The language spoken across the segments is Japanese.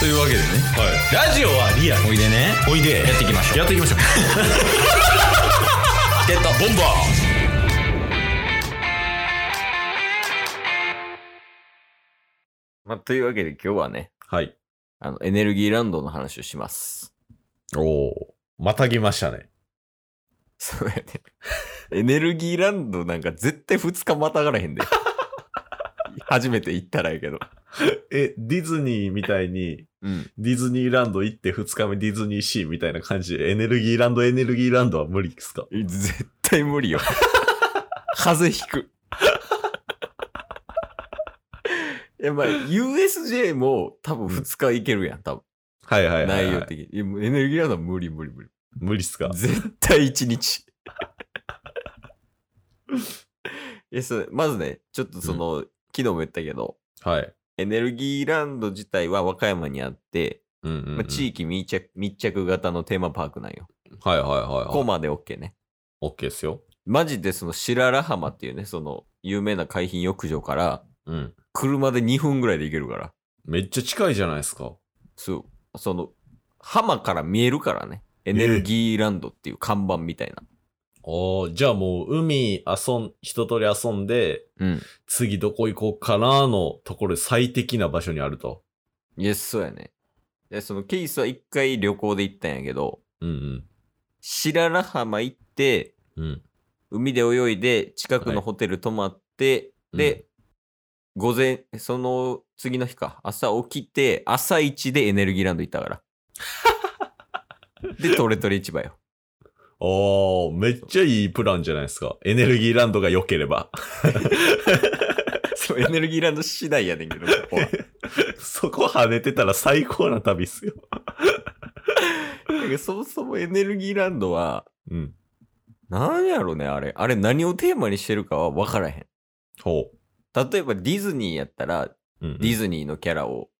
というわけでねはい。ラジオはリアル。おいでねおいで。やっていきましょうやっていきましょう。ゲットボンバまあ、というわけで今日はね、はい。あの、エネルギーランドの話をします。 おお。またぎましたね。そうやね。エネルギーランドなんか絶対2日またがらへんで。 初めて行ったらやけど。え、ディズニーみたいに、うん。ディズニーランド行って2日目ディズニーシーみたいな感じで、エネルギーランド、エネルギーランドは無理ですか絶対無理よ。 風邪ひく。いや、まあ、USJ も多分2日行けるやん、多分。はいはいはい、内は容い。的に。いやもうエネルギーランドは無理無理無理。無理っすか絶対1日。 いやそうまずね、ちょっとその、昨日も言ったけど、はい。エネルギーランド自体は和歌山にあって、うんうん、うんまあ、地域密着密着型のテーマパークなんよ。はいはいはい、ここはい。まで OK ね。オッケーっすよ。マジでその白良浜っていうね、その有名な海浜浴場からうん。車で2分ぐらいで行けるから。めっちゃ近いじゃないですか。そう。その、浜から見えるからね。エネルギーランドっていう看板みたいな。おーじゃあもう海遊ん、一通り遊んで、うん。次どこ行こうかなのところで最適な場所にあると。イエス、そうやね。で、そのケイスは一回旅行で行ったんやけど、うん白良浜行って、うん。うん。海で泳いで、近くはいのホテル泊まって、うんで、午前、その次の日か、朝起きて、朝一でエネルギーランド行ったから。で、トレトレ市場よ。おー、めっちゃいいプランじゃないですか。エネルギーランドが良ければ。 そう、エネルギーランド次第やねんけど、こ こは。そこ跳ねてたら最高な旅っすよ。だからそもそもエネルギーランドは、うん。なんやろね、あれ。あれ何をテーマにしてるかは分からへん。ほ例えばディズニーやったら、う。うん、うん。ディズニーのキャラを、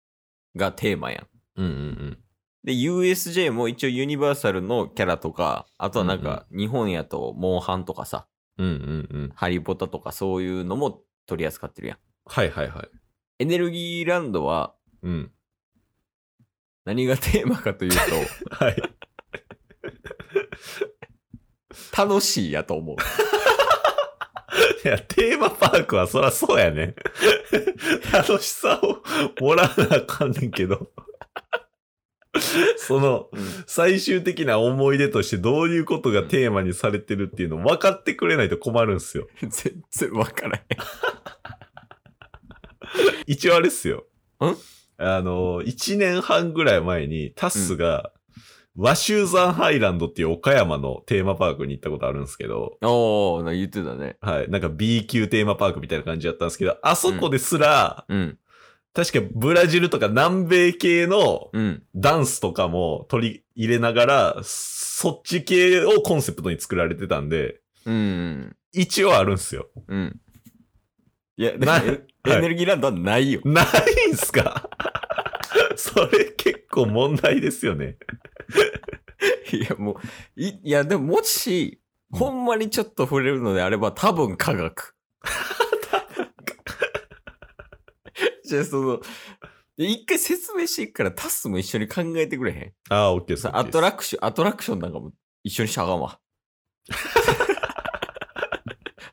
がテーマやん。うんうんで、USJ も一応ユニバーサルのキャラとか、あとはなんか日本やとモンハンとかさ、うん。うんうんうん。ハリポタとかそういうのも取り扱ってるやん。はいはいはい。エネルギーランドはうん。何がテーマかという と、はい。楽しいやと思う。いや、テーマパークはそらそうやね。 楽しさをもらわなあかんねんけど。 その、最終的な思い出としてどういうことがテーマにされてるっていうの分かってくれないと困るんすよ。 全然わからへん。一応あれっすよ。んあの、一年半ぐらい前にタッスが、和州山ハイランドっていう岡山のテーマパークに行ったことあるんですけど、おー、な言ってたね。はい。なんか B 級テーマパークみたいな感じだったんですけど、あそこですら、うん、確かブラジルとか南米系のうん。ダンスとかも取り入れながら、そっち系をコンセプトに作られてたんで、うん。一応あるんすよ。うん。いや、だなからはいエエネルギーランドはないよ。ないんすか それ結構問題ですよね。いや、もう、いいや、でももし、ほんまにちょっと触れるのであれば、多分科 学。じゃあ、その、いや一回説明していくから、タスも一緒に考えてくれへん。ああ、オッケーです。さア OK ですトラクション、アトラクションなんかも一緒にしゃが んわ。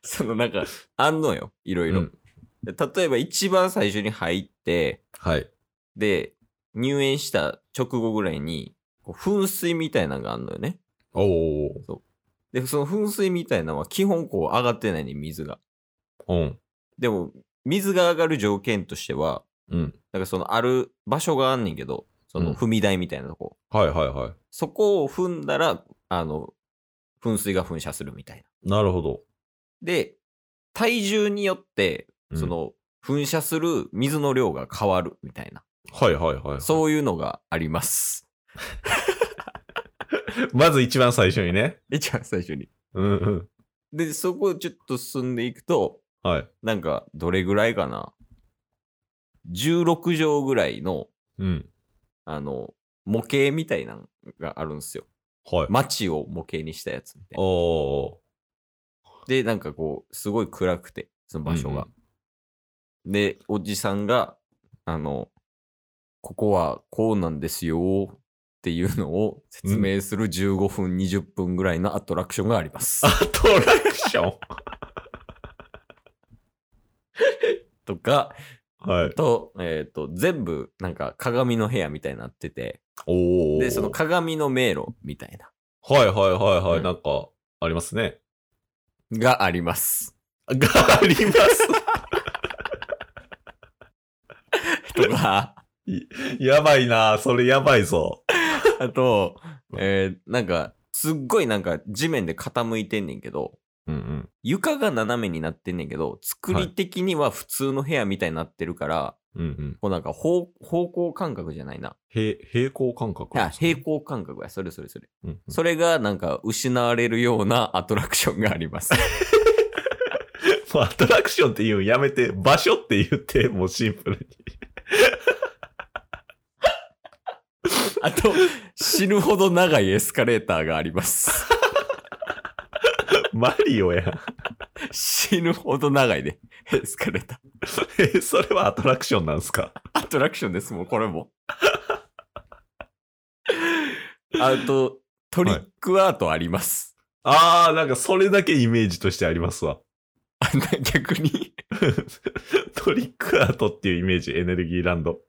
そのなんか、あんのよ、いろいろ。うんで例えば一番最初に入って、はい。で、入園した直後ぐらいに、こう噴水みたいなのがあんのよね。おお。で、その噴水みたいなのは基本こう上がってないね、水が。うん。でも、水が上がる条件としては、うん。なんかそのある場所があんねんけど、そうんの踏み台みたいなとこ。はいはいはそこを踏んだら、あの、噴水が噴射するみたいな。い。なるほど。で、体重によって、うんその、噴射する水の量が変わるみたいな。はいはいはい。そういうのがあります。まず一番最初にね。一番最初に。うんうん。で、そこをちょっと進んでいくと、はい。なんか、どれぐらいかな。16畳ぐらいの、うん。あの、模型みたいなのがあるんですよ。はい。街を模型にしたやつみたいおな。お。で、なんかこう、すごい暗くて、その場所が。で、おじさんが、あの、ここはこうなんですよっていうのを説明する15分、20分ぐらいのアトラクションがあります。アトラクションとか、はい。と、えっ、と、全部なんか鏡の部屋みたいになってて、おーで、その鏡の迷路みたいな、はいはいはいはい、うんなんか、ありますね。があります。があります。 とか、やばいなそれやばいぞ。 あと、えーなんか、すっごいなんか地面で傾いてんねんけど、うんうん。床が斜めになってんねんけど、作り的には普通の部屋みたいになってるから、うんうん。こうなんか方方向感覚じゃないな。平、平行感覚。あ平行感覚や、それそれそれ。うん うんそれがなんか失われるようなアトラクションがあり ます。もうアトラクションって言うんやめて、場所って言って、もうシンプルに。あと、死ぬほど長いエスカレーターがあり ます。マリオやん。死ぬほど長いで、エスカレーター。 え、それはアトラクションなんすかアトラクションですもん、これも。 あと、トリックアートあります。あー、なんかそれだけイメージとしてありますわ。 あ逆に、トリックアートっていうイメージ、エネルギーランド。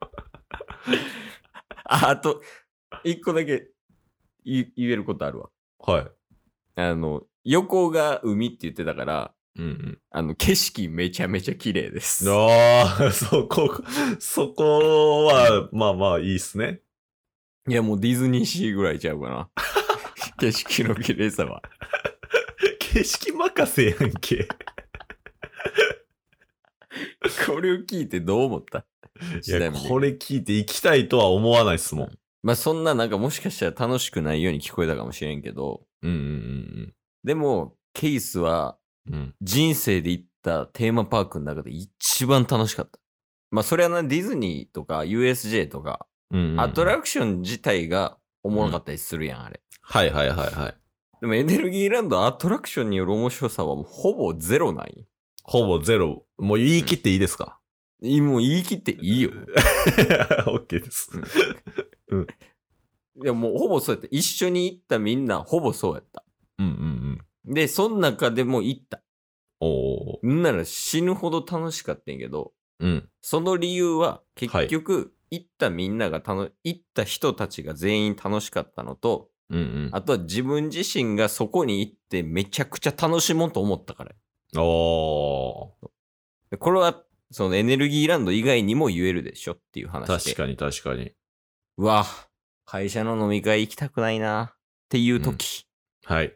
ああと、一個だけ言い言えることあるわ。はあの、横が海って言ってたから、い。うんうん。あの、景色めちゃめちゃ綺麗です。ああ、そこ、そこは、まあまあいいっすね。いや、もうディズニーシーぐらいちゃうか な。景色の綺麗さは。景色任せやんけ。これを聞いてどう思ったい時代や、もねこれ聞いて行きたいとは思わないっすもん。まあそんななんかもしかしたら楽しくないように聞こえたかもしれんけど、うんうんでも、ケイスはうんうん。うん。人生で行ったテーマパークの中で一番楽しかった。まあそれはな、ディズニーとか USJ とか、うんうん、アトラクション自体がおもろかったりするやん、あれ。はいはいはいはい。でもエネルギーランドアトラクションによる面白さはもうほぼゼロない。ほぼゼロ。もう言い切っていいですか、 いもう言い切っていいよ。オッケーです。いやもうほぼそうやった。一緒に行ったみんなほぼそうやった。うんうんうん。で、そん中でも行った。おー。んなら死ぬほど楽しかったんやけど、うん。その理由は結局、行ったみんなが楽、行った人たちが全員楽しかったのと、うんうん。あとは自分自身がそこに行ってめちゃくちゃ楽しもうと思ったから。おでこれは、そのエネルギーランド以外にも言えるでしょっていう話ー。で。確かに確かに。うわ、会社の飲み会行きたくないなっていう時、はい。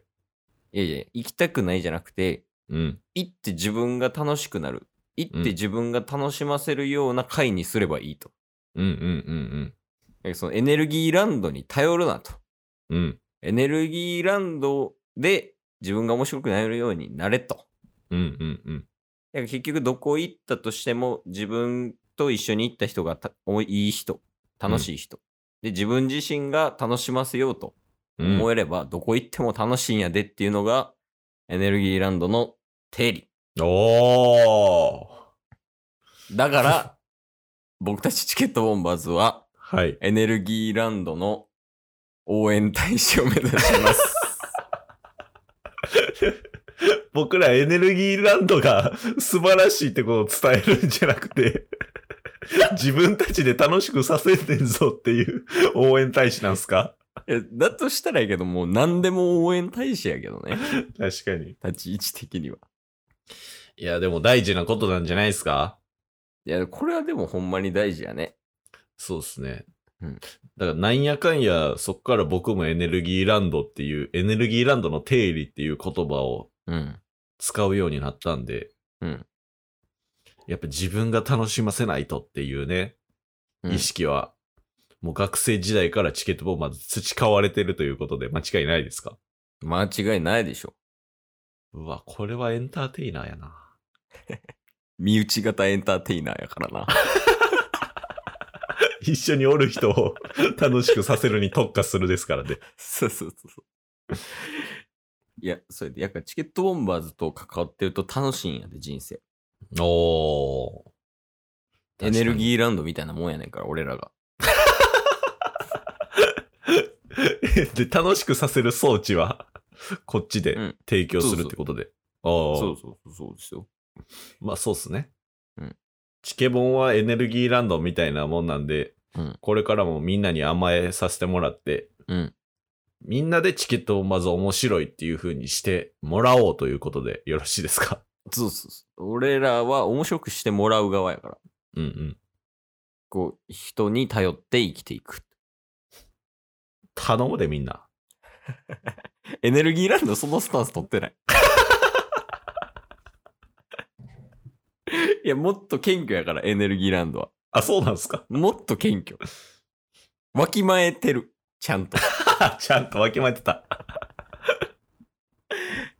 いやいや、行きたくないじゃなくて、うん。行って自分が楽しくなる。行っうんて自分が楽しませるような会にすればいいと。うんうんだからそのエネルギーランドに頼るなと。うんうん。うん。エネルギーランドで自分が面白くなれるようになれと。うんうんうん。だから結局どこ行ったとしても自分と一緒に行った人がたおいい人、楽しい人、で、自分自身が楽しませようとうん思えれば、どこ行っても楽しいんやでっていうのがエネルギーランドの定理。おー。だ から、僕たちチケットボンバーズははい。エネルギーランドの応援大使を目指し ます。僕らエネルギーランドが 素晴らしいってことを伝えるんじゃなくて、 自分たちで楽しくさせてんぞっていう応援大使なんすかいやだとしたらやけど、もう何でも応援大使やけどね。確かに。立ち位置的には。いや、でも大事なことなんじゃないですかいや、これはでもほんまに大事やね。そうですね。うんだからなんやかんや、そっから僕もエネルギーランドっていう、エネルギーランドの定理っていう言葉をうん。使うようになったんで、うんやっぱ自分が楽しませないとっていうね、うん意識は、もう学生時代からチケットボンバーズ培われてるということで間違いないですか間違いないでしょ。うわ、これはエンターテイナーやな。身内型エンターテイナーやから な。 一緒におる人を楽しくさせるに特化するです からね。そうそうそうそう。いや、それで、やっぱチケットボンバーズと関わってると楽しいんやで、人生。おー。エネルー。ギーランドみたいなもんやねんから、俺らが。 で、楽しくさせる装置は、こっちでうん提供するってことで。ああそうそうそうそうですよ。まあそうっすね。うんチケボンはエネルギーランドみたいなもんなんで、うんこれからもみんなに甘えさせてもらって、うん。みんなでチケットをまず面白いっていう風にしてもらおうということでよろしいですかそうそうそう。俺らは面白くしてもらう側やから。うんうん。こう、人に頼って生きていく。頼むでみんな。エネルギーランドそのスタンス取ってない。 いや、もっと謙虚やから、エネルギーランドは。あ、そうなんですか もっと謙虚。わきまえてる。ちゃんと。ちゃんとわきまえてた。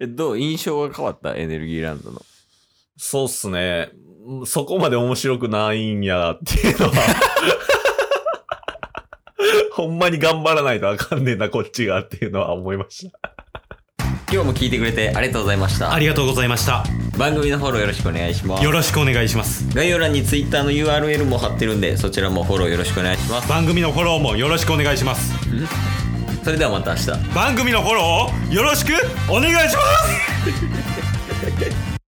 えどう印象が変わったエネルギーランドの。そうっすね。うんそこまで面白くないんやっていうのは。 ほんまに頑張らないとあかんねんな、こっちがっていうのは思いました。今日も聞いてくれてありがとうございましたあ。りがとうございました。番組のフォローよろしくお願いしますよ。ろしくお願いします。概要欄に Twitter の URL も貼ってるんで、そちらもフォローよろしくお願いします。番組のフォローもよろしくお願いします。それではまた明日。番組のフォローをよろしくお願いします